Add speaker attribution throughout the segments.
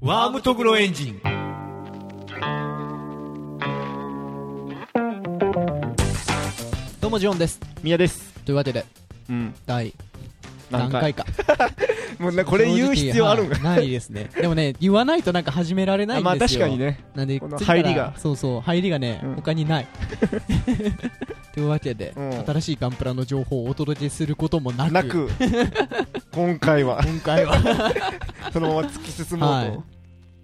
Speaker 1: ワームトグロエンジン。
Speaker 2: どうもジオンです
Speaker 3: 宮です。
Speaker 2: というわけで
Speaker 3: うん。
Speaker 2: 第
Speaker 3: 何
Speaker 2: 何回
Speaker 3: 回
Speaker 2: か
Speaker 3: もうな これ言う必要あるんか。
Speaker 2: 正直はいないですねでもね言わないとなんか始められないんですよ
Speaker 3: まあ確かにね。
Speaker 2: なんで
Speaker 3: この
Speaker 2: 次から
Speaker 3: 入りが
Speaker 2: そうそう入りがね、
Speaker 3: うん
Speaker 2: 他にないというわけで、
Speaker 3: うん
Speaker 2: 新しいガンプラの情報をお届けすることもなく
Speaker 3: なく、 今回は、
Speaker 2: 今回は
Speaker 3: そのまま突き進もうと。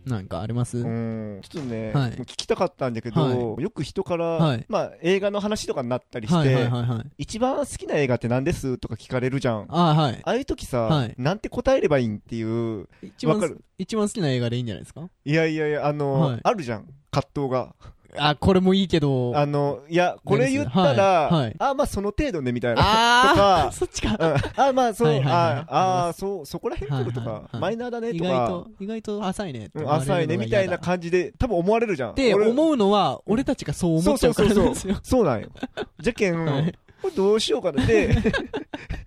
Speaker 2: なんかあります、
Speaker 3: うんちょっとね、
Speaker 2: はい
Speaker 3: もう聞きたかったんだけど、よく人から、
Speaker 2: はい
Speaker 3: まあ映画の話とかになったりして、
Speaker 2: はいはいはいはい
Speaker 3: 一番好きな映画って何ですとか聞かれるじゃん。あ
Speaker 2: ああはい
Speaker 3: あいう時さ、
Speaker 2: はい
Speaker 3: なんて答えればいいんっていう、
Speaker 2: 一番
Speaker 3: わかる
Speaker 2: 一番好きな映画でいいんじゃないですか
Speaker 3: いやいやいや、あの、
Speaker 2: はい
Speaker 3: あるじゃん、葛藤が。
Speaker 2: あこれもいいけど
Speaker 3: あの、いや、これ言ったら、
Speaker 2: はいはい
Speaker 3: あ、まあその程度ね、みたいな。
Speaker 2: あー
Speaker 3: と か
Speaker 2: そっちか
Speaker 3: うんあ、まあそう、
Speaker 2: はいはいはい
Speaker 3: ああー、そう、そこら辺来るとか、
Speaker 2: はいはいはい
Speaker 3: マイナーだね
Speaker 2: 意
Speaker 3: と
Speaker 2: 外
Speaker 3: か
Speaker 2: と、意外と浅いねって
Speaker 3: う
Speaker 2: 思
Speaker 3: ん、
Speaker 2: われるのが
Speaker 3: 浅いねみたいな感じで、多分思われるじゃん。
Speaker 2: 嫌だって
Speaker 3: う
Speaker 2: 思うのは俺たちがそう思っちゃうからなんですよ
Speaker 3: そうなんよ。じゃけ ん、
Speaker 2: はい
Speaker 3: これどうしようかなって、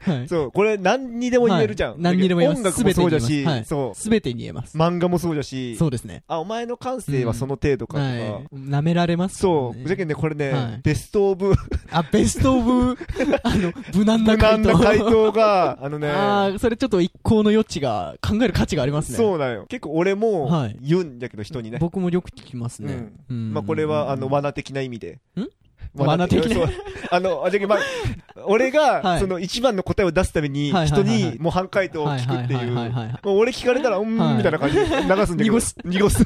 Speaker 2: はい
Speaker 3: そう、これ何にでも言えるじゃん。
Speaker 2: はい何にでも言えます
Speaker 3: 音楽もそうだ
Speaker 2: 全てに
Speaker 3: し、
Speaker 2: 言えます
Speaker 3: そ
Speaker 2: 全てに言えます
Speaker 3: う、漫画もそうだし、
Speaker 2: そうですね
Speaker 3: あ、お前の感性はその程度かとか。
Speaker 2: はいなめられますから
Speaker 3: そう、じゃけんね、これね、
Speaker 2: はい
Speaker 3: ベストオブ、
Speaker 2: あベストオ ブあの無難な
Speaker 3: 無
Speaker 2: 回
Speaker 3: 難
Speaker 2: 答
Speaker 3: な回答が、あの ね、
Speaker 2: あーそれちょっと一向の余地が考える価値がありますね
Speaker 3: そうなんよ。結構俺も
Speaker 2: はい
Speaker 3: 言うんだけど、人にね。
Speaker 2: 僕もよく聞きますね
Speaker 3: うまあ、これは、あの、罠的な意味で。
Speaker 2: ん罠的な
Speaker 3: そうあの、あ、じゃあまあ、俺
Speaker 2: は
Speaker 3: が、
Speaker 2: い
Speaker 3: その一番の答えを出すために
Speaker 2: は、いはいは
Speaker 3: 人
Speaker 2: いはい
Speaker 3: に模範解答を聞くって
Speaker 2: はい
Speaker 3: いう。
Speaker 2: はいはいはい
Speaker 3: も
Speaker 2: はいう
Speaker 3: 俺聞かれたら、う
Speaker 2: は
Speaker 3: ー
Speaker 2: い
Speaker 3: ん、みたいな感じで流すんだけど。
Speaker 2: 濁す。
Speaker 3: 濁す。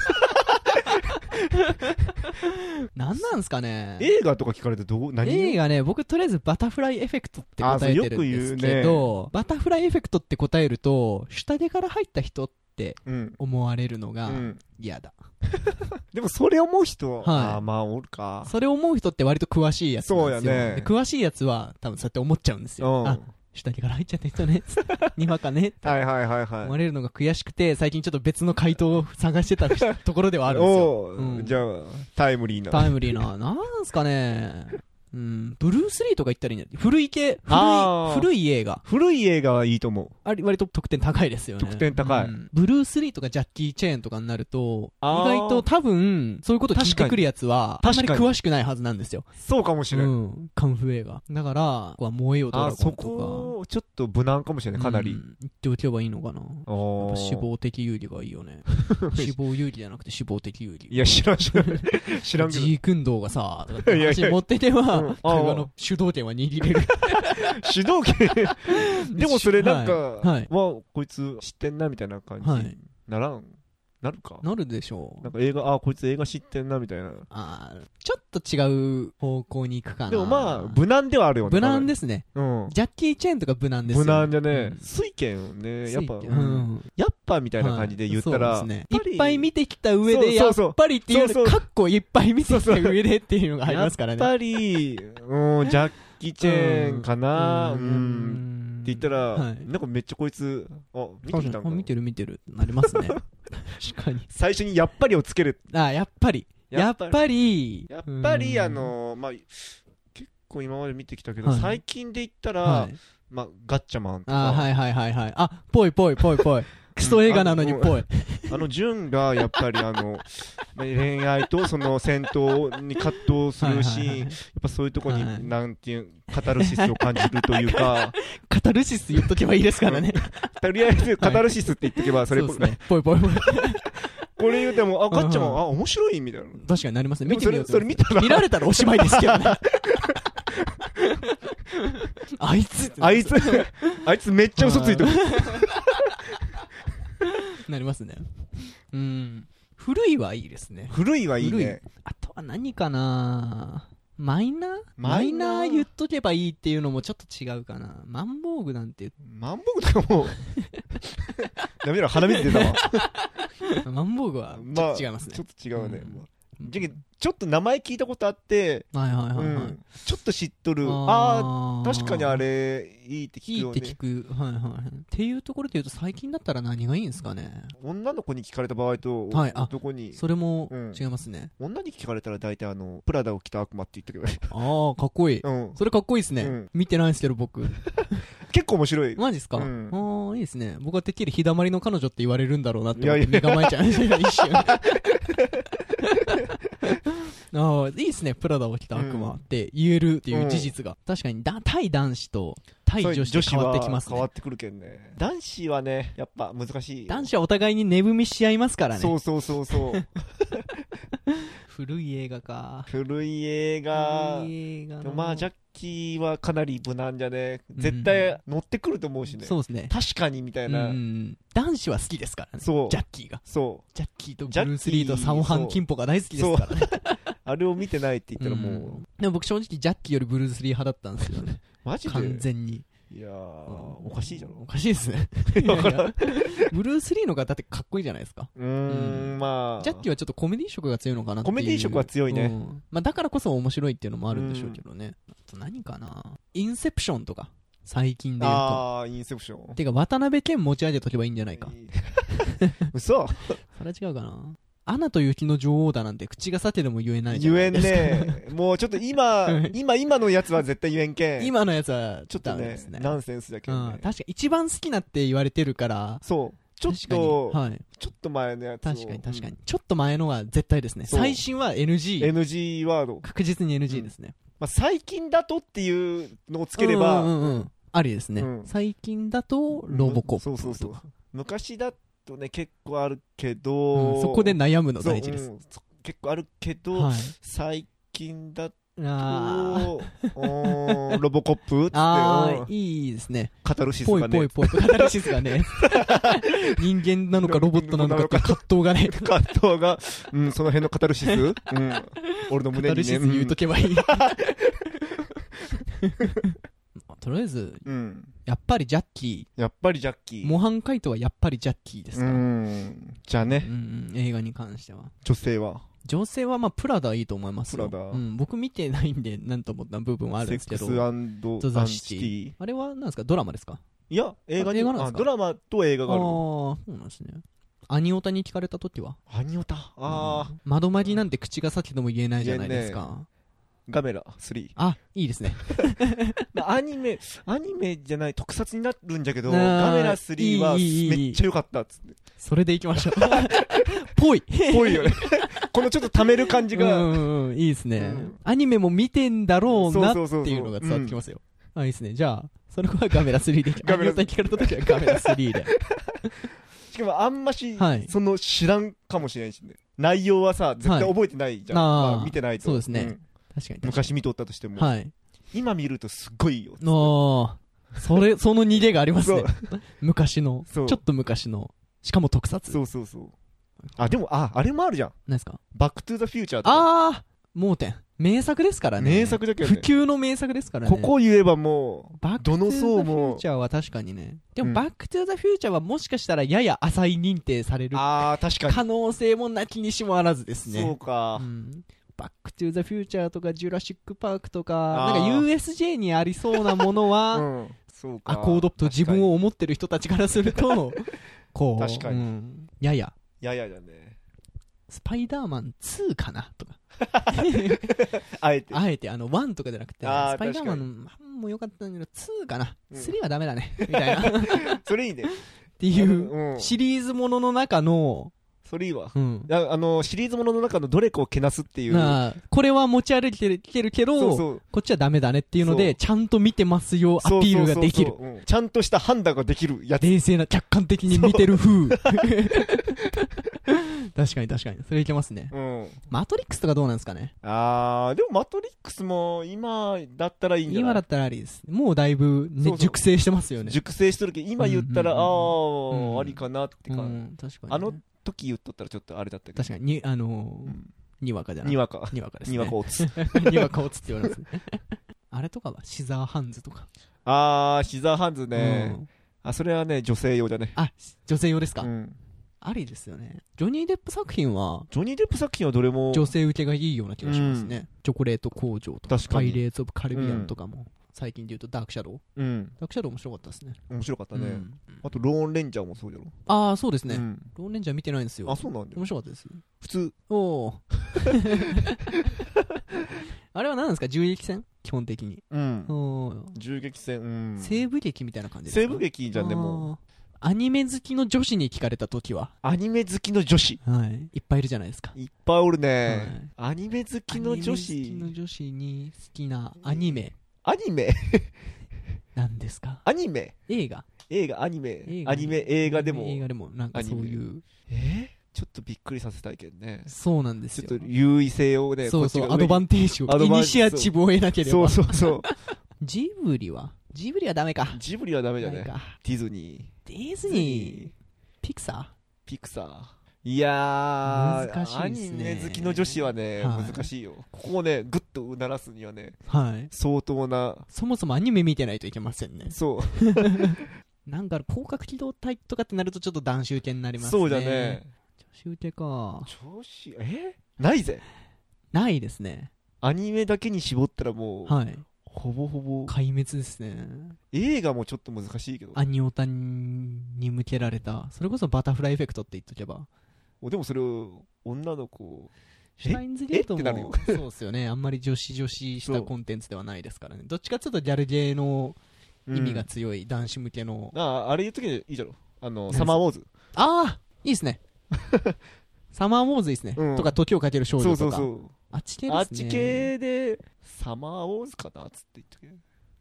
Speaker 2: 何なんですかね
Speaker 3: 映画とか聞かれてどう、何
Speaker 2: 映画ね、僕とりあえずバタフライエフェクトって答えてるんですけ
Speaker 3: あそう
Speaker 2: ど、バタフライエフェクトって答えると、下手から入った人って
Speaker 3: うん。
Speaker 2: 思われるの
Speaker 3: う
Speaker 2: が
Speaker 3: ん。
Speaker 2: 嫌だ。
Speaker 3: でも、それ思う人、
Speaker 2: はい
Speaker 3: あーまあ、おるか。
Speaker 2: それ思う人って割と詳しいやつなんです
Speaker 3: そ
Speaker 2: よ。
Speaker 3: うやね
Speaker 2: で詳しいやつは多分そうやって思っちゃうんです
Speaker 3: う
Speaker 2: よ。
Speaker 3: ん。は
Speaker 2: あ、下手から入っちゃった人ね。 にわかね。
Speaker 3: いはいはい
Speaker 2: 思わ
Speaker 3: は
Speaker 2: れるのが悔しくて、最近ちょっと別の回答を探してたところではあ
Speaker 3: い。
Speaker 2: るんですよ。
Speaker 3: お
Speaker 2: う
Speaker 3: ー
Speaker 2: ん
Speaker 3: じゃあ、タイムリーな。
Speaker 2: タイムリーな。なんすかね。うん、ブルース・リーとか言ったらいいんじゃない古い系古
Speaker 3: あ
Speaker 2: い、
Speaker 3: ー
Speaker 2: 古い映画。
Speaker 3: 古い映画はいいと思
Speaker 2: あれ割と得点高いですよね。
Speaker 3: 得点高い
Speaker 2: うんブルース・リーとかジャッキー・チェーンとかになると、意
Speaker 3: あー
Speaker 2: 外と多分、そういうこと聞いてくるやつは、あんま
Speaker 3: 確
Speaker 2: り
Speaker 3: かに
Speaker 2: 詳しくないはずなんですよ
Speaker 3: う。。そうかもし
Speaker 2: う
Speaker 3: れん。
Speaker 2: ん。カンフー映画。だから、ここは燃えよド
Speaker 3: あ
Speaker 2: ラ
Speaker 3: ー、そ
Speaker 2: ゴンと
Speaker 3: こ、ちょっと無難かもしれな
Speaker 2: か。
Speaker 3: い、かなり。
Speaker 2: うん言っておけばいいのかな。やっ
Speaker 3: お
Speaker 2: ぱ
Speaker 3: ー
Speaker 2: 死亡的有利がいいよ ね。死亡有利じゃなくて死亡的有
Speaker 3: い
Speaker 2: 利。
Speaker 3: や、知らん、知らん。知らんけ
Speaker 2: ジ
Speaker 3: ど。
Speaker 2: ー君道がさ、とかっ
Speaker 3: い
Speaker 2: て
Speaker 3: やい
Speaker 2: 話
Speaker 3: や
Speaker 2: 持っていけ
Speaker 3: う
Speaker 2: ば
Speaker 3: ん、
Speaker 2: 会話の主導権は握れる。
Speaker 3: 主導 権。でもそれなんか、
Speaker 2: はいはい
Speaker 3: わ、こいつ知ってんな、みたいな感じ。
Speaker 2: はい
Speaker 3: ならんなるか
Speaker 2: なるでしょう
Speaker 3: なん。か映画、あ、こいつ映画知ってんな、みたいな。
Speaker 2: あーちょっと違う方向に行くかな。
Speaker 3: でもまあ、無難ではあるよね。
Speaker 2: 無難
Speaker 3: で。
Speaker 2: ですね。
Speaker 3: うん。
Speaker 2: ジャッキー・チェーンとか無難ですよ
Speaker 3: 無難じゃね
Speaker 2: う、ん
Speaker 3: 水拳ね、やっぱ、
Speaker 2: ついううんん
Speaker 3: やっぱみたいな感じで言った
Speaker 2: はい
Speaker 3: ら、
Speaker 2: そうですね
Speaker 3: やぱり
Speaker 2: いっぱい見てきた上で、
Speaker 3: そ
Speaker 2: や
Speaker 3: うそうそう
Speaker 2: っぱりっていう
Speaker 3: そ
Speaker 2: の
Speaker 3: う
Speaker 2: か
Speaker 3: そ
Speaker 2: っこいっぱい見てきた上でっていうのがありますから
Speaker 3: やっ
Speaker 2: ね。
Speaker 3: ぱり、うん、ジャッキーチェーンかな、うん、
Speaker 2: うん
Speaker 3: って言ったら、
Speaker 2: はい
Speaker 3: なんかめっちゃこいつ、あ、見てきたん
Speaker 2: あ
Speaker 3: かな
Speaker 2: 見てる見てる、なります ね。確かに。
Speaker 3: 最初にやっぱりをつける。
Speaker 2: あ、やっぱり。やっぱり。
Speaker 3: やっぱり、
Speaker 2: うん
Speaker 3: あ、のまあ、結構今まで見てきたけど、
Speaker 2: はい
Speaker 3: 最近で言ったら、
Speaker 2: はい
Speaker 3: まあ、ガッチャマンとか、
Speaker 2: あ、はいはいはいはい。あ、ぽいぽいぽい ぽい。クソ映画なのにぽい。
Speaker 3: あの、ジュンが、やっぱり、あの、まあ恋愛とその戦闘に葛藤するシー
Speaker 2: は
Speaker 3: ン、
Speaker 2: いはいはい
Speaker 3: やっぱそういうとこに、
Speaker 2: はい
Speaker 3: なんていう、カタルシスを感じるという か、
Speaker 2: カタルシス言っとけばいいですからね。
Speaker 3: とりあえず、カタルシスって言ってけば、 それ、
Speaker 2: うですね。ぽい ぽいぽい。
Speaker 3: これ言うても、あ、ガッチャマン、
Speaker 2: うん
Speaker 3: あ、面白いみたいな。
Speaker 2: 確かになりますね。
Speaker 3: で
Speaker 2: 見
Speaker 3: も
Speaker 2: て
Speaker 3: そ
Speaker 2: みよう
Speaker 3: れ、
Speaker 2: と
Speaker 3: それ見たら
Speaker 2: 見、られたらおしまいですけど ね。あいつ
Speaker 3: あいつ、あいつめっちゃ嘘 ついてる。
Speaker 2: なりますね。うん。古いはいいですね。
Speaker 3: 古いはいいね。
Speaker 2: あとは何かなマイナーマ
Speaker 3: マ
Speaker 2: イ
Speaker 3: イ
Speaker 2: ナ
Speaker 3: ナー
Speaker 2: ー言っとけばいいっていうのもちょっと違うかな。マンボウグなんて、
Speaker 3: マンボウとかも う、ダメだ、鼻水出たわ。
Speaker 2: マンボウグはちょっと違いますね
Speaker 3: ちょ。っと違うね。
Speaker 2: うん
Speaker 3: まあじゃけちょっと名前聞いたことあって、
Speaker 2: はいはいうはいはい。
Speaker 3: ん、ちょっと知っとる。ああ、
Speaker 2: ー
Speaker 3: 確かにあ。れ、いいって
Speaker 2: い
Speaker 3: 聞く
Speaker 2: い
Speaker 3: よ
Speaker 2: って
Speaker 3: ね
Speaker 2: 聞。く。はいはいはい。っていうところで言うと最近だったら何がいいんですかね。
Speaker 3: 女の子に聞かれた場合と、
Speaker 2: はいあ
Speaker 3: 男に、
Speaker 2: それも
Speaker 3: うん
Speaker 2: 違いますね。
Speaker 3: 女に聞かれたら大体あの、プラダを着た悪魔って言ったけどね。
Speaker 2: ああ、かっ こいい。
Speaker 3: うん。
Speaker 2: それかっこいいですね。
Speaker 3: うん
Speaker 2: 見てないんですけど、僕。
Speaker 3: 結構面白い。
Speaker 2: マジっすか、
Speaker 3: うん
Speaker 2: あーいいですね。僕はてっきり日だまりの彼女って言われるんだろうなって思っ
Speaker 3: い
Speaker 2: て
Speaker 3: やい
Speaker 2: 身
Speaker 3: や
Speaker 2: 構えちゃう。一 瞬。ああいいですね、プラダを着た悪魔って言えるっていう事実が。確かにだ、対男子と対
Speaker 3: そう
Speaker 2: 女子で変わってきます
Speaker 3: 変わ
Speaker 2: ね
Speaker 3: っ。てくるけんね男子はねやっぱ難しい
Speaker 2: 男子はお互いに寝踏みし合いますから
Speaker 3: そ
Speaker 2: ね。
Speaker 3: うそうそうそう
Speaker 2: 古い映画か。
Speaker 3: 古い映画
Speaker 2: 古い映画
Speaker 3: でもまあジャ
Speaker 2: ゃ
Speaker 3: ッキーはかなり無難じゃね
Speaker 2: うん
Speaker 3: 絶対乗ってくると思うしね、
Speaker 2: そうですね。
Speaker 3: 確かにみたい
Speaker 2: うんう
Speaker 3: な、
Speaker 2: ん。男子は好きですからね。
Speaker 3: そう
Speaker 2: ジャッキーが。
Speaker 3: そ
Speaker 2: ジャッキーとブ
Speaker 3: ジャッキー
Speaker 2: ルース・リーとサモハン・キンポが大好きですからね。
Speaker 3: うあれを見てないって言ったらもう、
Speaker 2: うんでも僕正直ジャッキーよりブルース・リー派だったんですよね。
Speaker 3: マジで
Speaker 2: 完全に。
Speaker 3: いやー
Speaker 2: うん
Speaker 3: おかしいじゃろ
Speaker 2: おかしいです ね。いやいやブルース・リーの方がだってかっこいいじゃないですか。
Speaker 3: うーん、、
Speaker 2: うん
Speaker 3: まあ
Speaker 2: ジャッキーはちょっとコメディ色が強いのかなっていう
Speaker 3: コメディ色は強いね
Speaker 2: うんまあ、だからこそ面白いっていうのもあるんでしょうけどね。あと何かなインセプションとか、最近で言うと。
Speaker 3: ああインセプション
Speaker 2: てか、渡辺謙持ち上げとけばいいんじゃないか。
Speaker 3: 嘘
Speaker 2: それは違うかな。アナと雪の女王だなんて口がさてでも言えないじゃ
Speaker 3: 言
Speaker 2: ないで
Speaker 3: えん
Speaker 2: すか。
Speaker 3: ねもうちょっと 今
Speaker 2: うん
Speaker 3: 今今のやつは絶対言えんけん
Speaker 2: 今のやつは
Speaker 3: ちょっ
Speaker 2: ダ
Speaker 3: と
Speaker 2: メで
Speaker 3: ね
Speaker 2: すね。
Speaker 3: ナンセンスだけど、
Speaker 2: うん
Speaker 3: ね
Speaker 2: 確、かに一番好きなって言われてるから、
Speaker 3: そうちょっ
Speaker 2: 確かに
Speaker 3: と、
Speaker 2: はい、
Speaker 3: ちょっと前のやつを
Speaker 2: 確かに確かに、ちょっと前のは絶対ですね
Speaker 3: そう
Speaker 2: 最新は
Speaker 3: うん
Speaker 2: NG
Speaker 3: NG ワード、
Speaker 2: 確実に NG ですね、
Speaker 3: まあ、最近だとっていうのをつければ、
Speaker 2: うんうんうんありですね、
Speaker 3: うん
Speaker 2: 最近だとロボコップ
Speaker 3: そうそうそう
Speaker 2: とか
Speaker 3: 昔だとね結構あるけ
Speaker 2: う
Speaker 3: ど、
Speaker 2: んそこで悩むの大事で
Speaker 3: そ
Speaker 2: す
Speaker 3: う、うんそ結構あるけど、
Speaker 2: はい
Speaker 3: 最近だと
Speaker 2: あ
Speaker 3: おーロボコップっつって
Speaker 2: ーあ
Speaker 3: うん
Speaker 2: ーいいですね
Speaker 3: カタルシス
Speaker 2: ぽ
Speaker 3: が
Speaker 2: いぽ
Speaker 3: ね
Speaker 2: いぽいカタルシスが ね人間なのかロボットなのかっていう葛藤が ね
Speaker 3: 葛藤が、うん、その辺のカタルシス、うん、俺の
Speaker 2: カタ
Speaker 3: 胸にね
Speaker 2: ルシス言うとけばいい とりあえず
Speaker 3: うんうん
Speaker 2: やっぱりジャッキ
Speaker 3: やっぱりジャッキ
Speaker 2: ー
Speaker 3: ー
Speaker 2: 模範解答はやっぱりジャッキーです
Speaker 3: う
Speaker 2: から、
Speaker 3: んじゃあ
Speaker 2: う
Speaker 3: ね
Speaker 2: んうん、映画に関しては
Speaker 3: 女性は
Speaker 2: 女性はまあプラダいいと思いますよ
Speaker 3: プラダ
Speaker 2: うん、僕見てないんでなんともな部分はあるん
Speaker 3: セ
Speaker 2: です
Speaker 3: ック
Speaker 2: け
Speaker 3: ス
Speaker 2: ど
Speaker 3: アンド
Speaker 2: ザザシティ
Speaker 3: シティ
Speaker 2: あれはなんですかドラマですか
Speaker 3: いや映画に
Speaker 2: あ映画なんですか
Speaker 3: あドラマと
Speaker 2: あ
Speaker 3: 映
Speaker 2: あ
Speaker 3: 画がある
Speaker 2: ーそうなんですねアニオタに聞かれた時は
Speaker 3: アニオタあ
Speaker 2: うん窓マギなんて口が裂けても言えないじゃないですか、
Speaker 3: ーガメラ3
Speaker 2: あいいですね
Speaker 3: アニメアニメじゃない特撮になるんじゃけど
Speaker 2: あー
Speaker 3: ガメラ3はい
Speaker 2: いいいい
Speaker 3: めっちゃ良かったっつ って
Speaker 2: それでいきましょう ぽい
Speaker 3: ぽいよねこのちょっと溜める感 じ
Speaker 2: う
Speaker 3: が
Speaker 2: んうんうんいいですね、
Speaker 3: うん
Speaker 2: アニメも見てんだろうなって
Speaker 3: そうそうそうそう
Speaker 2: いうのが伝わってきますよ、あいいですねじゃあそれはガメラ3で
Speaker 3: ガ
Speaker 2: ア
Speaker 3: メ
Speaker 2: ニ
Speaker 3: ラ
Speaker 2: オタに聞かれた時はガメラ3で
Speaker 3: しかもあんまし
Speaker 2: はい
Speaker 3: その知らんかもしれんしね内容はさ絶対覚えてないじゃん
Speaker 2: はいあー
Speaker 3: まあ見てないと
Speaker 2: そうですね
Speaker 3: ん
Speaker 2: 確かに確か
Speaker 3: 昔見とったとしても
Speaker 2: にはい
Speaker 3: 今見るとすっごいいいよ
Speaker 2: ああ、それ、その逃げがありますね
Speaker 3: そう。
Speaker 2: 昔の、ち
Speaker 3: そ
Speaker 2: ょ
Speaker 3: う
Speaker 2: っと昔の、しかも特撮。
Speaker 3: そうそうそうあでもああれもあるじゃん
Speaker 2: 何ですか
Speaker 3: バックトゥーザフューチャーとか
Speaker 2: ああ、盲点。名作ですからね。
Speaker 3: 名作だけどね
Speaker 2: 普及の名作ですからね。
Speaker 3: ここ言えばもう
Speaker 2: バック
Speaker 3: どの
Speaker 2: フュー
Speaker 3: 層も
Speaker 2: チャーは確かにね。で
Speaker 3: う
Speaker 2: も、
Speaker 3: ん
Speaker 2: バックトゥーザフューチャーはもしかしたらやや浅い認定される
Speaker 3: あー確か
Speaker 2: 可能性もなきにしもあらずです
Speaker 3: に
Speaker 2: ね。
Speaker 3: そうか
Speaker 2: うんバックトゥーザフューチャーとか、ジュラシックパークと
Speaker 3: あ
Speaker 2: か、
Speaker 3: ー
Speaker 2: なんか USJ にありそうなものは、
Speaker 3: うんそうか
Speaker 2: アコードと自分
Speaker 3: を
Speaker 2: を思ってる人たちからすると、こう、
Speaker 3: 確かに
Speaker 2: うんやや、
Speaker 3: ややだね
Speaker 2: スパイダーマン2かな とか。
Speaker 3: あえて
Speaker 2: あえて、あの、1とかじゃなくて、ス
Speaker 3: あー
Speaker 2: パイダーマンの1も良かったんだけど、2かな。
Speaker 3: うん
Speaker 2: 3はダメだね。みたいな。っ
Speaker 3: それいいね
Speaker 2: てい
Speaker 3: うん
Speaker 2: う、シリーズものの中の、
Speaker 3: それいいわ
Speaker 2: うん。
Speaker 3: ああのシリーズものの中のどれかをけなすっていう
Speaker 2: なあこれは持ち歩いてきてるけ
Speaker 3: そう
Speaker 2: ど、
Speaker 3: そう
Speaker 2: こっちはダメだねっていうの
Speaker 3: そ
Speaker 2: で、
Speaker 3: う
Speaker 2: ちゃんと見てますよ、ア
Speaker 3: そう
Speaker 2: ピールができ
Speaker 3: そ
Speaker 2: る
Speaker 3: う。そうそううんちゃんとした判断ができるやつ
Speaker 2: 冷静な、客観的に見てる風。確かに 確かに。それいけますね。
Speaker 3: うん
Speaker 2: マトリックスとかどうなんですかね
Speaker 3: あーでもマトリックスも今だったらいいんじゃない
Speaker 2: 今だったらありですもうだいぶ、ね、
Speaker 3: そうそう
Speaker 2: 熟成してますよね
Speaker 3: 熟成しとるけど今言ったら、
Speaker 2: うんうんうん
Speaker 3: あ
Speaker 2: う
Speaker 3: あ
Speaker 2: ん
Speaker 3: ありかなってか、
Speaker 2: うん確かにね、
Speaker 3: あの時言っとったらちょっとあれだったけど
Speaker 2: 確かににあのー
Speaker 3: うん
Speaker 2: にわかじゃない
Speaker 3: にわか
Speaker 2: にわかですね
Speaker 3: にわかオ ツ
Speaker 2: にわかをつって言われますねあれとかはシザーハンズとか、
Speaker 3: ああシザーハンズね、
Speaker 2: うん
Speaker 3: あそれはね女性用だね
Speaker 2: あ女性用ですか、
Speaker 3: うん
Speaker 2: ありですよねジョニー・デップ作品は
Speaker 3: ジョニー・デップ作品はどれも
Speaker 2: 女性受けがいいような気がしますね、チョコレート工場とか
Speaker 3: 確か
Speaker 2: パ
Speaker 3: に
Speaker 2: イレーツ・オブ・カリビアンとかも、最近で言うとダークシャドウ
Speaker 3: うん
Speaker 2: ダークシャドウ面白かったですね
Speaker 3: 面白かったね、
Speaker 2: うん
Speaker 3: あとローン・レンジャーもそうじゃろ、
Speaker 2: ああそうですね、
Speaker 3: うん
Speaker 2: ローンレンジャー見てないんですよ
Speaker 3: あそうなんだよ
Speaker 2: 面白かったです
Speaker 3: 普通
Speaker 2: おお あれは何なんですか銃撃戦基本的に
Speaker 3: うん
Speaker 2: おー
Speaker 3: 銃撃戦うん
Speaker 2: 西部劇みたいな感じですか
Speaker 3: 西部劇じゃんでも
Speaker 2: あアニメ好きの女子に聞かれた時は、
Speaker 3: アニメ好きの女子
Speaker 2: はい、いっぱいいるじゃないですか。
Speaker 3: いっぱいおるね、アニメ好きの
Speaker 2: アニ
Speaker 3: 女
Speaker 2: メ好きの
Speaker 3: 子
Speaker 2: 女子に好きなアニメ
Speaker 3: アニメ
Speaker 2: なんですか
Speaker 3: アニメ
Speaker 2: 映画
Speaker 3: 映画アニメ
Speaker 2: 映画
Speaker 3: アニメ映画でも
Speaker 2: 映画でもなんかそういう
Speaker 3: えちょっとびっくりさせたいけんね
Speaker 2: そうなんです
Speaker 3: ち
Speaker 2: よ
Speaker 3: ょっと優位性をね
Speaker 2: そうそう
Speaker 3: こ
Speaker 2: ア
Speaker 3: っちが
Speaker 2: ド
Speaker 3: 上
Speaker 2: バ
Speaker 3: に
Speaker 2: ンテージを
Speaker 3: アド
Speaker 2: イ
Speaker 3: バン
Speaker 2: ニシアチブを得なければ
Speaker 3: そうそうそう
Speaker 2: ジブリはジブリはダメか
Speaker 3: ジブリはダメだ
Speaker 2: ない
Speaker 3: ね
Speaker 2: か
Speaker 3: ディズニー
Speaker 2: ディズ
Speaker 3: ディズ
Speaker 2: ニー
Speaker 3: ニー
Speaker 2: ピクサ
Speaker 3: ピクサーいやー
Speaker 2: 難しいっすね
Speaker 3: アニメ好きの女子はね、
Speaker 2: はい
Speaker 3: 難しいよここをねグッとうならすにはね
Speaker 2: ーはい
Speaker 3: 相当な
Speaker 2: そもそもアニメ見てないといけませんね
Speaker 3: そう
Speaker 2: なんか広角機動隊とかってなるとちょっと男子受けになりますね
Speaker 3: そうだね
Speaker 2: 女子受けか
Speaker 3: 女子えないぜ
Speaker 2: ないですね
Speaker 3: アニメだけに絞ったらもう、
Speaker 2: はい
Speaker 3: ほぼほぼ
Speaker 2: 壊滅ですね
Speaker 3: 映画もちょっと難しいけど
Speaker 2: アニオタに向けられたそれこそバタフライエフェクトって言っとけば
Speaker 3: おでもそれを女の子
Speaker 2: シュタインズゲート
Speaker 3: えってなる
Speaker 2: も
Speaker 3: よ
Speaker 2: そうですよ ねあんまり女子女子し
Speaker 3: そ
Speaker 2: た
Speaker 3: う
Speaker 2: コンテンツではないですからねどっちかっていうとギャルゲーの意味が強い男子向けの、
Speaker 3: うんああれ言っときゃいいじゃろあの
Speaker 2: 何
Speaker 3: サマーウォーズ
Speaker 2: ああいいです ねサマーウォーズいいですね、
Speaker 3: うん
Speaker 2: とか時をかける少女
Speaker 3: そ
Speaker 2: と
Speaker 3: う
Speaker 2: か
Speaker 3: そうそう
Speaker 2: あっち系ですね
Speaker 3: あっち系でサマーウォーズかなっつって言っとけ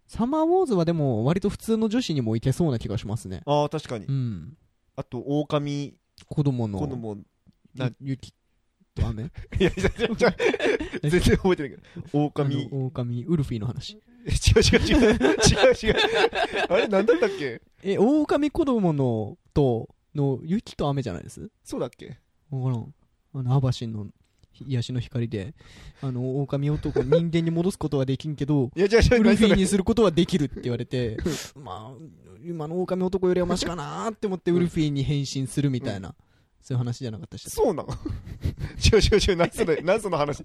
Speaker 2: サマーウォーズはでも割と普通の女子にもいけそうな気がしますね
Speaker 3: ああ確かに
Speaker 2: うん
Speaker 3: あと狼
Speaker 2: 子供の
Speaker 3: 子供な
Speaker 2: ゆ雪と雨
Speaker 3: いやいやいや いや全然覚えてないけど狼
Speaker 2: オオカミウルフィの話
Speaker 3: え違う違う違う違う違うあれ何だったっけ
Speaker 2: えオオカミ子供のとの雪と雨じゃないです
Speaker 3: そうだっけ
Speaker 2: わからんあのアバシンの癒しの光であの狼男を人間に戻すことはできんけど
Speaker 3: いや
Speaker 2: ウ
Speaker 3: 違う違
Speaker 2: ル
Speaker 3: う何
Speaker 2: フ
Speaker 3: そ
Speaker 2: ィ
Speaker 3: れ
Speaker 2: にすることはできるって言われてまあ今の狼男よりはマシかなーって思ってウルフィに変身するみたいな、そういう話じゃなかったし
Speaker 3: そうなの 違う違う違う何それ何その話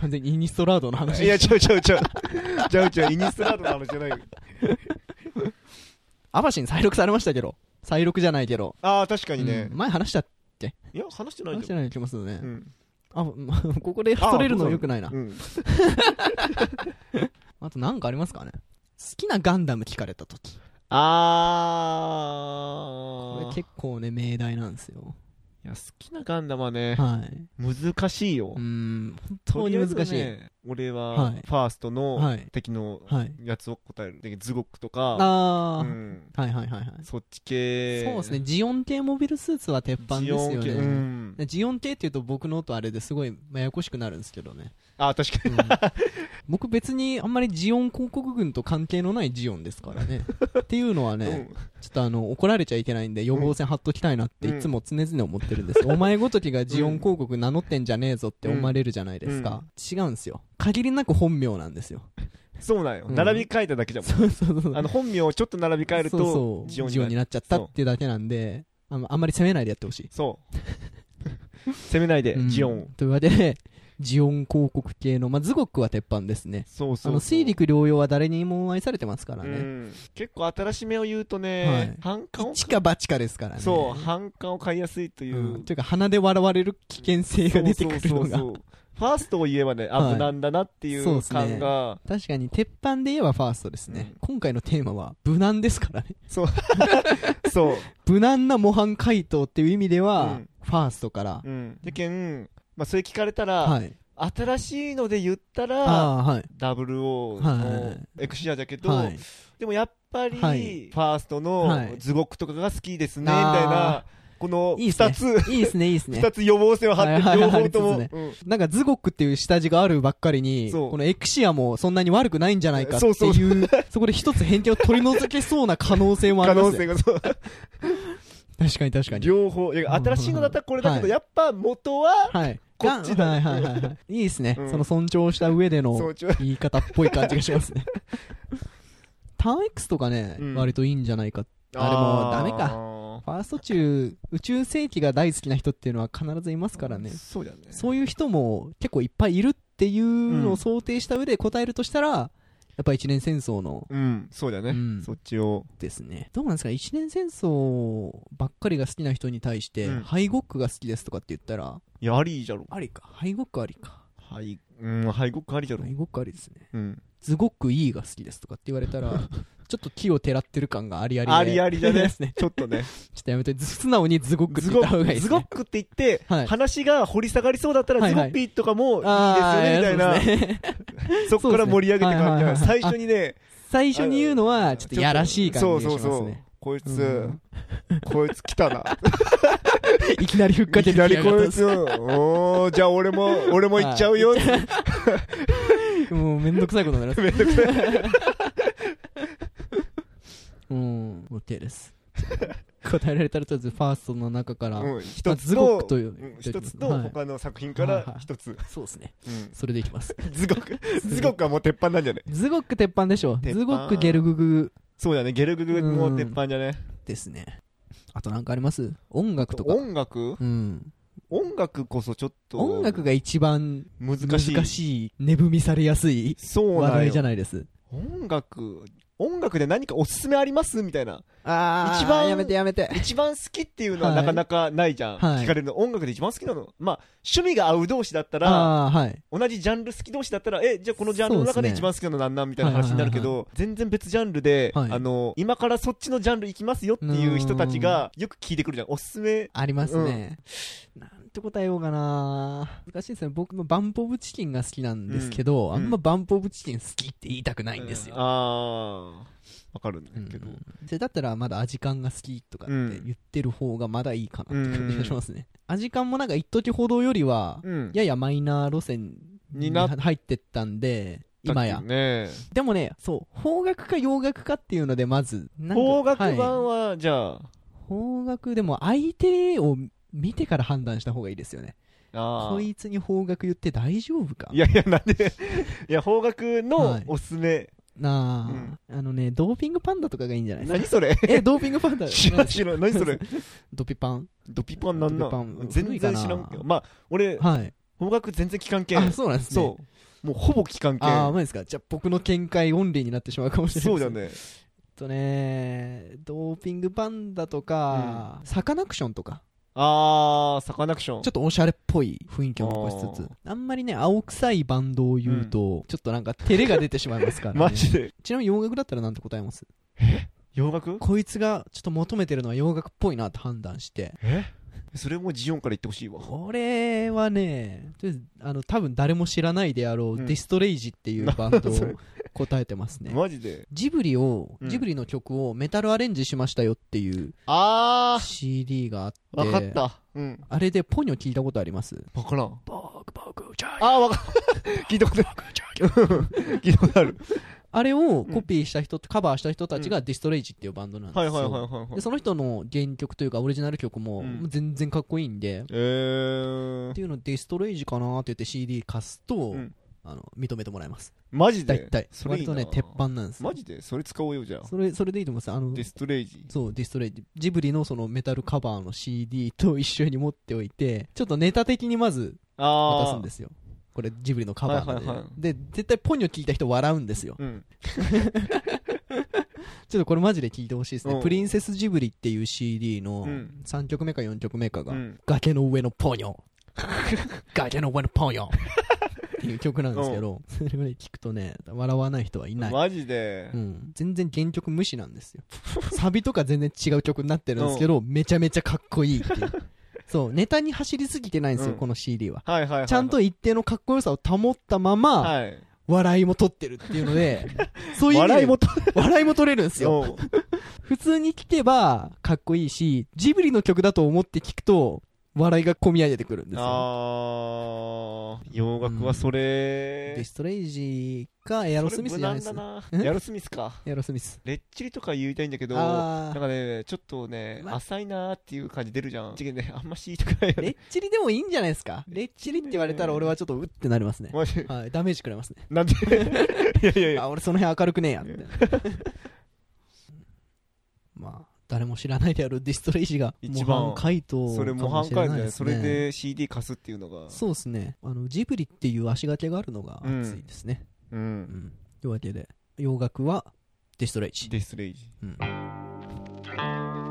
Speaker 2: 完全にイニストラードの話
Speaker 3: いや、違う違う違 う。違う違う、イニストラートの話じゃない。
Speaker 2: アバシン再録されましたけど再録じゃないけど、
Speaker 3: ああ、確かにね
Speaker 2: うん。前話した
Speaker 3: いや、話してない
Speaker 2: 話し
Speaker 3: じ
Speaker 2: て
Speaker 3: ゃん。
Speaker 2: ない気もするね、
Speaker 3: うん。
Speaker 2: あまあここで太れるのよくないなあ
Speaker 3: うん。
Speaker 2: となんかありますかね好きなガンダム聞かれた時こ
Speaker 3: あ
Speaker 2: れ結構ね命題なんですよ
Speaker 3: いや、好きなガンダムはね、
Speaker 2: はい
Speaker 3: 難しいよ
Speaker 2: うー。ん、本当に難しい。
Speaker 3: とりあえずね。俺
Speaker 2: は
Speaker 3: は、
Speaker 2: い
Speaker 3: ファーストの
Speaker 2: はい。
Speaker 3: 敵の
Speaker 2: はい。
Speaker 3: やつを答える。で、ズゴックとか、
Speaker 2: あー、
Speaker 3: うん。
Speaker 2: はいはいはいはい。
Speaker 3: そっち系。
Speaker 2: そうですね、ジオン系モビルスーツは鉄板です
Speaker 3: ジオン系。
Speaker 2: よ
Speaker 3: う
Speaker 2: ね。
Speaker 3: ん。
Speaker 2: ジオン系っていうと僕の音あれですごいまあややこしくなるんですけど ね。
Speaker 3: ああ、確かに。
Speaker 2: うん僕別にあんまりジオン広告軍と関係のないジオンですからね。っていうのは
Speaker 3: う
Speaker 2: ね、
Speaker 3: ん
Speaker 2: ちょっとあの怒られちゃいけないんで予防線貼っときたいなっていつも常々思ってるんです。お前ごときがジオン広告名乗ってんじゃねえぞって思われるじゃないですか。違うんですよ。限りなく本名なんですよ。
Speaker 3: そうなんよ。
Speaker 2: うん
Speaker 3: 並び替えただけじゃもん。
Speaker 2: そうそうそう。
Speaker 3: あの、本名をちょっと並び替える
Speaker 2: そう
Speaker 3: と
Speaker 2: そ、う
Speaker 3: ジ
Speaker 2: ジ
Speaker 3: オ
Speaker 2: オン
Speaker 3: ンになる
Speaker 2: に。なっちゃったっていうだけなんであのあんまり責めないでやってほしい、
Speaker 3: そう。攻めないで
Speaker 2: う、ん
Speaker 3: ジオン。
Speaker 2: というわけでジオン広告系の、まあ、ズゴックは鉄板ですね
Speaker 3: そう
Speaker 2: あ
Speaker 3: そうそう。
Speaker 2: の水陸両用は誰にも愛されてますから
Speaker 3: う
Speaker 2: ね、
Speaker 3: ん。結構新しめを言うと
Speaker 2: は
Speaker 3: ね
Speaker 2: い、
Speaker 3: 反感を
Speaker 2: 一か八かですからね
Speaker 3: そう、反感を買いやすいとい
Speaker 2: うん
Speaker 3: う。
Speaker 2: というか鼻で笑われる危険性が出てくるの
Speaker 3: そう
Speaker 2: が
Speaker 3: そうそうファーストを言えばね、
Speaker 2: はい
Speaker 3: 危なんだなってい
Speaker 2: そう
Speaker 3: う
Speaker 2: っすね
Speaker 3: 感が、
Speaker 2: 確かに鉄板で言えばファーストですね、
Speaker 3: うん
Speaker 2: 今回のテーマは無難ですからね
Speaker 3: そ
Speaker 2: 無難な模範解答っていう意味では、
Speaker 3: うん
Speaker 2: ファーストから
Speaker 3: う。、うん。でけん、まあ、それ聞かれたら、
Speaker 2: はい
Speaker 3: 新しいので言ったら、
Speaker 2: ああはい
Speaker 3: 00
Speaker 2: は
Speaker 3: の
Speaker 2: い
Speaker 3: エクシアじゃけど、
Speaker 2: はい
Speaker 3: でもやっぱり、フ
Speaker 2: はい
Speaker 3: ァースト
Speaker 2: は
Speaker 3: の
Speaker 2: い
Speaker 3: ズゴックとかが好きですね、み
Speaker 2: あー
Speaker 3: たいな、この
Speaker 2: いいっすね
Speaker 3: 二つ、
Speaker 2: いいですねいいですね
Speaker 3: 二つ予防線を張
Speaker 2: はい
Speaker 3: って、両
Speaker 2: はいはい
Speaker 3: 方とも。
Speaker 2: そうで
Speaker 3: うん
Speaker 2: なんかズゴックっていう下地があるばっかりに、
Speaker 3: そう
Speaker 2: このエクシアもそんなに悪くないんじゃないかっていう、
Speaker 3: そ
Speaker 2: そう
Speaker 3: そ
Speaker 2: こで一つ偏見を取り除けそうな可能性もあ
Speaker 3: 可
Speaker 2: りま
Speaker 3: 能
Speaker 2: す
Speaker 3: 性
Speaker 2: よ。
Speaker 3: がそう。
Speaker 2: 確かに確かに。
Speaker 3: 両方。いや新しいのだったらこれだけど、
Speaker 2: はい
Speaker 3: やっぱ元は、
Speaker 2: はい。
Speaker 3: こっちだ
Speaker 2: はいはいはいはい。いいですね。
Speaker 3: うん
Speaker 2: その尊重した上で
Speaker 3: そ
Speaker 2: の
Speaker 3: うちょい
Speaker 2: 言い方っぽい感じがしますね。ターン X とかね、
Speaker 3: うん
Speaker 2: 割といいんじゃないか。あでもダメ
Speaker 3: か。
Speaker 2: ファースト中、宇宙世紀が大好きな人っていうのは必ずいますからね。
Speaker 3: そうだね。
Speaker 2: そういう人も結構いっぱいいるっていうのを想定した上で答えるとしたら、やっぱ一年戦争の
Speaker 3: うん、そうだね。
Speaker 2: うん
Speaker 3: そっちを。
Speaker 2: ですねどうなんですか一年戦争ばっかりが好きな人に対して、
Speaker 3: うん
Speaker 2: ハイゴックが好きですとかって言ったら
Speaker 3: いや、ありじゃろ。
Speaker 2: ありかハイゴックありか
Speaker 3: はい。うん、敗北ありじゃろ
Speaker 2: ハ。イゴックありですね
Speaker 3: うん。
Speaker 2: ズゴック E が好きですとかって言われたらちょっと木をてらってる感がありありで
Speaker 3: ありありだね
Speaker 2: ですね。
Speaker 3: ちょっとね。
Speaker 2: ちょっとやめて、ず素直にズゴックって
Speaker 3: ズ
Speaker 2: 言っ
Speaker 3: ゴ
Speaker 2: た方がいいで
Speaker 3: ック
Speaker 2: す
Speaker 3: ズ
Speaker 2: ね
Speaker 3: ゴ。ックって言って、
Speaker 2: はい
Speaker 3: 話が掘り下がりそうだったら、
Speaker 2: はい
Speaker 3: ズゴ
Speaker 2: はい
Speaker 3: ッピーとかもいい
Speaker 2: あ
Speaker 3: ですよね、みたいな。
Speaker 2: ーそうですね
Speaker 3: そこから盛り上げていかなき
Speaker 2: そうですねはいはい
Speaker 3: ゃ
Speaker 2: はい
Speaker 3: 最初にね、
Speaker 2: 最初に言うのは、ちょっとやらしい感じがし
Speaker 3: そう
Speaker 2: ま
Speaker 3: そう
Speaker 2: す
Speaker 3: そう
Speaker 2: ね。。
Speaker 3: こいうつ
Speaker 2: ん、
Speaker 3: こいつ来 たな。
Speaker 2: いきなりふっか
Speaker 3: い
Speaker 2: け
Speaker 3: き
Speaker 2: て
Speaker 3: な
Speaker 2: き
Speaker 3: り
Speaker 2: やが
Speaker 3: こ
Speaker 2: っ
Speaker 3: いつ、おー、じゃあ俺も、俺も行っちゃうよって。
Speaker 2: た。もうめんどくさいことになります。
Speaker 3: めんどくさい。
Speaker 2: うん、OK です。答えられたらとりあえず、ファーストの中から、
Speaker 3: うん一つ
Speaker 2: ズゴック
Speaker 3: と、
Speaker 2: と
Speaker 3: う
Speaker 2: いうん
Speaker 3: 一つ
Speaker 2: は
Speaker 3: と、
Speaker 2: い
Speaker 3: 他の作品か
Speaker 2: はいは
Speaker 3: ら
Speaker 2: い
Speaker 3: 一つ。
Speaker 2: そうですね。
Speaker 3: うん
Speaker 2: それでいきます。
Speaker 3: ズ ゴック、ズゴックはもう鉄板なんじゃね
Speaker 2: ズゴック鉄板でしょ。
Speaker 3: 鉄板
Speaker 2: ズゴックゲルググ
Speaker 3: そうだね、ゲルググも鉄板じゃね
Speaker 2: ですね。あとなんかあります音楽とか。
Speaker 3: 音楽
Speaker 2: うん。
Speaker 3: 音楽こそちょっと、
Speaker 2: 音楽が一番
Speaker 3: 難
Speaker 2: 難
Speaker 3: しい。
Speaker 2: しい、値踏みされやすい
Speaker 3: そ
Speaker 2: 話
Speaker 3: うなん
Speaker 2: 題じゃ
Speaker 3: よ。
Speaker 2: ないです。
Speaker 3: 音楽、音楽で何かおすすめありますみたいな。
Speaker 2: あ
Speaker 3: 一番
Speaker 2: やめてやめて。
Speaker 3: 一番好きっていうのは
Speaker 2: はい
Speaker 3: なかなかないじゃん、
Speaker 2: はい
Speaker 3: 聞かれるの音楽で一番好きなのまあ趣味が合う同士だったら
Speaker 2: ああー、はい。
Speaker 3: 同じジャンル好き同士だったらえじゃあこのジャンル
Speaker 2: そ
Speaker 3: の中
Speaker 2: うで
Speaker 3: で
Speaker 2: ね
Speaker 3: す一番好きなのなんなんみたいな話になるけど、
Speaker 2: はい
Speaker 3: 全然別ジャンルで、
Speaker 2: はい
Speaker 3: あの今からそっちのジャンル行きますよっていう人たちがよく聞いてくるじゃんおすすめ
Speaker 2: ありますね。なんて答えようかな難しいですね。僕もバンポブチキンが好きなんですけど、
Speaker 3: うん
Speaker 2: あんまバンポブチキン好きって言いたくないんですよ。
Speaker 3: あーわかるんだけど、
Speaker 2: うんそれだったらまだアジカンが好きとかって言ってる方がまだいいかなって感じがしますね。アジカンもなんか一時ほどよりは、
Speaker 3: うん
Speaker 2: ややマイナー路線に
Speaker 3: になっ
Speaker 2: 入ってったんで、今や。
Speaker 3: ね
Speaker 2: でもね、そう、邦楽か洋楽かっていうので、まず、なんか
Speaker 3: 邦楽
Speaker 2: はい
Speaker 3: 版は、じゃあ
Speaker 2: 邦楽でも相手を見てから判断した方がいいですよね。
Speaker 3: あ
Speaker 2: こ
Speaker 3: ー
Speaker 2: いつに邦楽言って大丈夫か
Speaker 3: いやいやなんで いや邦楽
Speaker 2: は
Speaker 3: の
Speaker 2: い
Speaker 3: おすすめ、
Speaker 2: なあ、あのね、ドーピングパンダとかがいいんじゃないですか。
Speaker 3: 何それ
Speaker 2: え、ドーピングパンダ
Speaker 3: 知らん知らん何それ
Speaker 2: ドピパン
Speaker 3: ドピパンなん
Speaker 2: ド
Speaker 3: な
Speaker 2: ピパ
Speaker 3: ん
Speaker 2: ン
Speaker 3: 全然知らんけどまあ俺
Speaker 2: はい。
Speaker 3: 邦楽全然聞かんけ
Speaker 2: あ、
Speaker 3: ん
Speaker 2: そうなんですね。
Speaker 3: そうもうほぼ聞かんけ
Speaker 2: あー、
Speaker 3: ん
Speaker 2: まあですか。じゃあ僕の見解オンリーになってしまうかもしれない
Speaker 3: そうだ
Speaker 2: えっ
Speaker 3: ね
Speaker 2: とね、ドーピングパンダとか、サカナクションとか、
Speaker 3: あーサカナクション
Speaker 2: ちょっとオシャレっぽい雰囲気を残しつつ、あんまりね、青臭いバンドを言うと、ちょっとなんか照れが出てしまいますからね。
Speaker 3: マジで
Speaker 2: ちなみに洋楽だったらなんて答えます
Speaker 3: 洋楽
Speaker 2: こいつがちょっと求めてるのは洋楽っぽいなって判断して、
Speaker 3: えそれもジオンから言ってほしいわ
Speaker 2: これはね、とりあえずあの多分誰も知らないであろう、
Speaker 3: うん
Speaker 2: ディストレイジっていうバンドを
Speaker 3: それ
Speaker 2: 答えてます ね。
Speaker 3: マジで
Speaker 2: ジブリを、
Speaker 3: うん
Speaker 2: ジブリの曲をメタルアレンジしましたよっていう
Speaker 3: あ
Speaker 2: CD があって、
Speaker 3: ーわかったうん
Speaker 2: あれでポニョ聞いたことあります
Speaker 3: わからん
Speaker 2: バークバークジャイ
Speaker 3: あーわか 聞いたことある 聞いたことある
Speaker 2: あれをコピーした人、カバーした人たちがディストレイジっていうバンドなんです
Speaker 3: はい
Speaker 2: よ。
Speaker 3: はいはいはいは
Speaker 2: で
Speaker 3: い
Speaker 2: その人の原曲というかオリジナル曲も
Speaker 3: うん
Speaker 2: 全然かっこいいんで、
Speaker 3: えー
Speaker 2: っていうのディストレイジかなって言って CD 貸すと、
Speaker 3: うん
Speaker 2: あの認めてもらえます
Speaker 3: マジ
Speaker 2: 大
Speaker 3: で
Speaker 2: 体
Speaker 3: それ
Speaker 2: 割
Speaker 3: いいな
Speaker 2: とね鉄板なんです
Speaker 3: マジでそれ使おうよじゃあ
Speaker 2: それそれでいいと思いますあの
Speaker 3: ディストレイジ
Speaker 2: そうディストレイジジブリのそのメタルカバーの CD と一緒に持っておいてちょっとネタ的にまず渡す
Speaker 3: あ
Speaker 2: ん
Speaker 3: ー
Speaker 2: ですよこれジブリのカバーなんで、
Speaker 3: はいはいは
Speaker 2: で絶対ポニョ聞いた人笑うんですよ
Speaker 3: うん
Speaker 2: ちょっとこれマジで聞いてほしいですね、
Speaker 3: うん
Speaker 2: プリンセスジブリっていう CD の
Speaker 3: うん
Speaker 2: 3曲目か4曲目かが、
Speaker 3: うん
Speaker 2: 崖の上のポニ ョ崖の上のポニョっていう曲なんですけど、それをね聞くとね笑わない人はいない、
Speaker 3: マジで
Speaker 2: うん、全然原曲無視なんですよサビとか全然違う曲になってるんですけど、めちゃめちゃかっこいいっ ていうそうネタに走りすぎてないんですよ、
Speaker 3: うん
Speaker 2: この CD は
Speaker 3: はいはいはいはい
Speaker 2: ちゃんと一定のかっこよさを保ったまま、
Speaker 3: はい
Speaker 2: 笑いも取ってるっていうの でそういう意味で
Speaker 3: 笑いもと
Speaker 2: 笑いも取れるんですよ
Speaker 3: うん
Speaker 2: 普通に聴けばかっこいいしジブリの曲だと思って聞くと笑いが込み上げてくるんですよ
Speaker 3: あー洋楽はそれ、
Speaker 2: ディストレイジかエアロスミスじゃないです
Speaker 3: それ無
Speaker 2: エ
Speaker 3: 難だなエアロスミスか
Speaker 2: アロスミス
Speaker 3: レッチリとか言いたいんだけどなん
Speaker 2: あー
Speaker 3: かねちょっとね、
Speaker 2: ま
Speaker 3: 浅いなーっていう感じ出るじゃんちょっとねあんま知りたくないよ
Speaker 2: レ
Speaker 3: ね
Speaker 2: ッチリでもいいんじゃないですかレッチリって言われたら俺はちょっとうってなりますね
Speaker 3: マジ
Speaker 2: はいダメージ食らいますね
Speaker 3: なんで いやいやいや
Speaker 2: あ俺その辺明るくねえやみたいな まあ誰も知らないであるディストレイジが
Speaker 3: 一番
Speaker 2: 模範回答
Speaker 3: それ模
Speaker 2: かもし
Speaker 3: 範解じゃ
Speaker 2: ない
Speaker 3: ない
Speaker 2: です
Speaker 3: そ
Speaker 2: ね
Speaker 3: れで CD 貸すっていうのが
Speaker 2: そうですねあのジブリっていう足掛けがあるのが熱いですね、
Speaker 3: う
Speaker 2: うん
Speaker 3: ん
Speaker 2: というわけで洋楽はディストレイジ
Speaker 3: ディストレイジ
Speaker 2: うん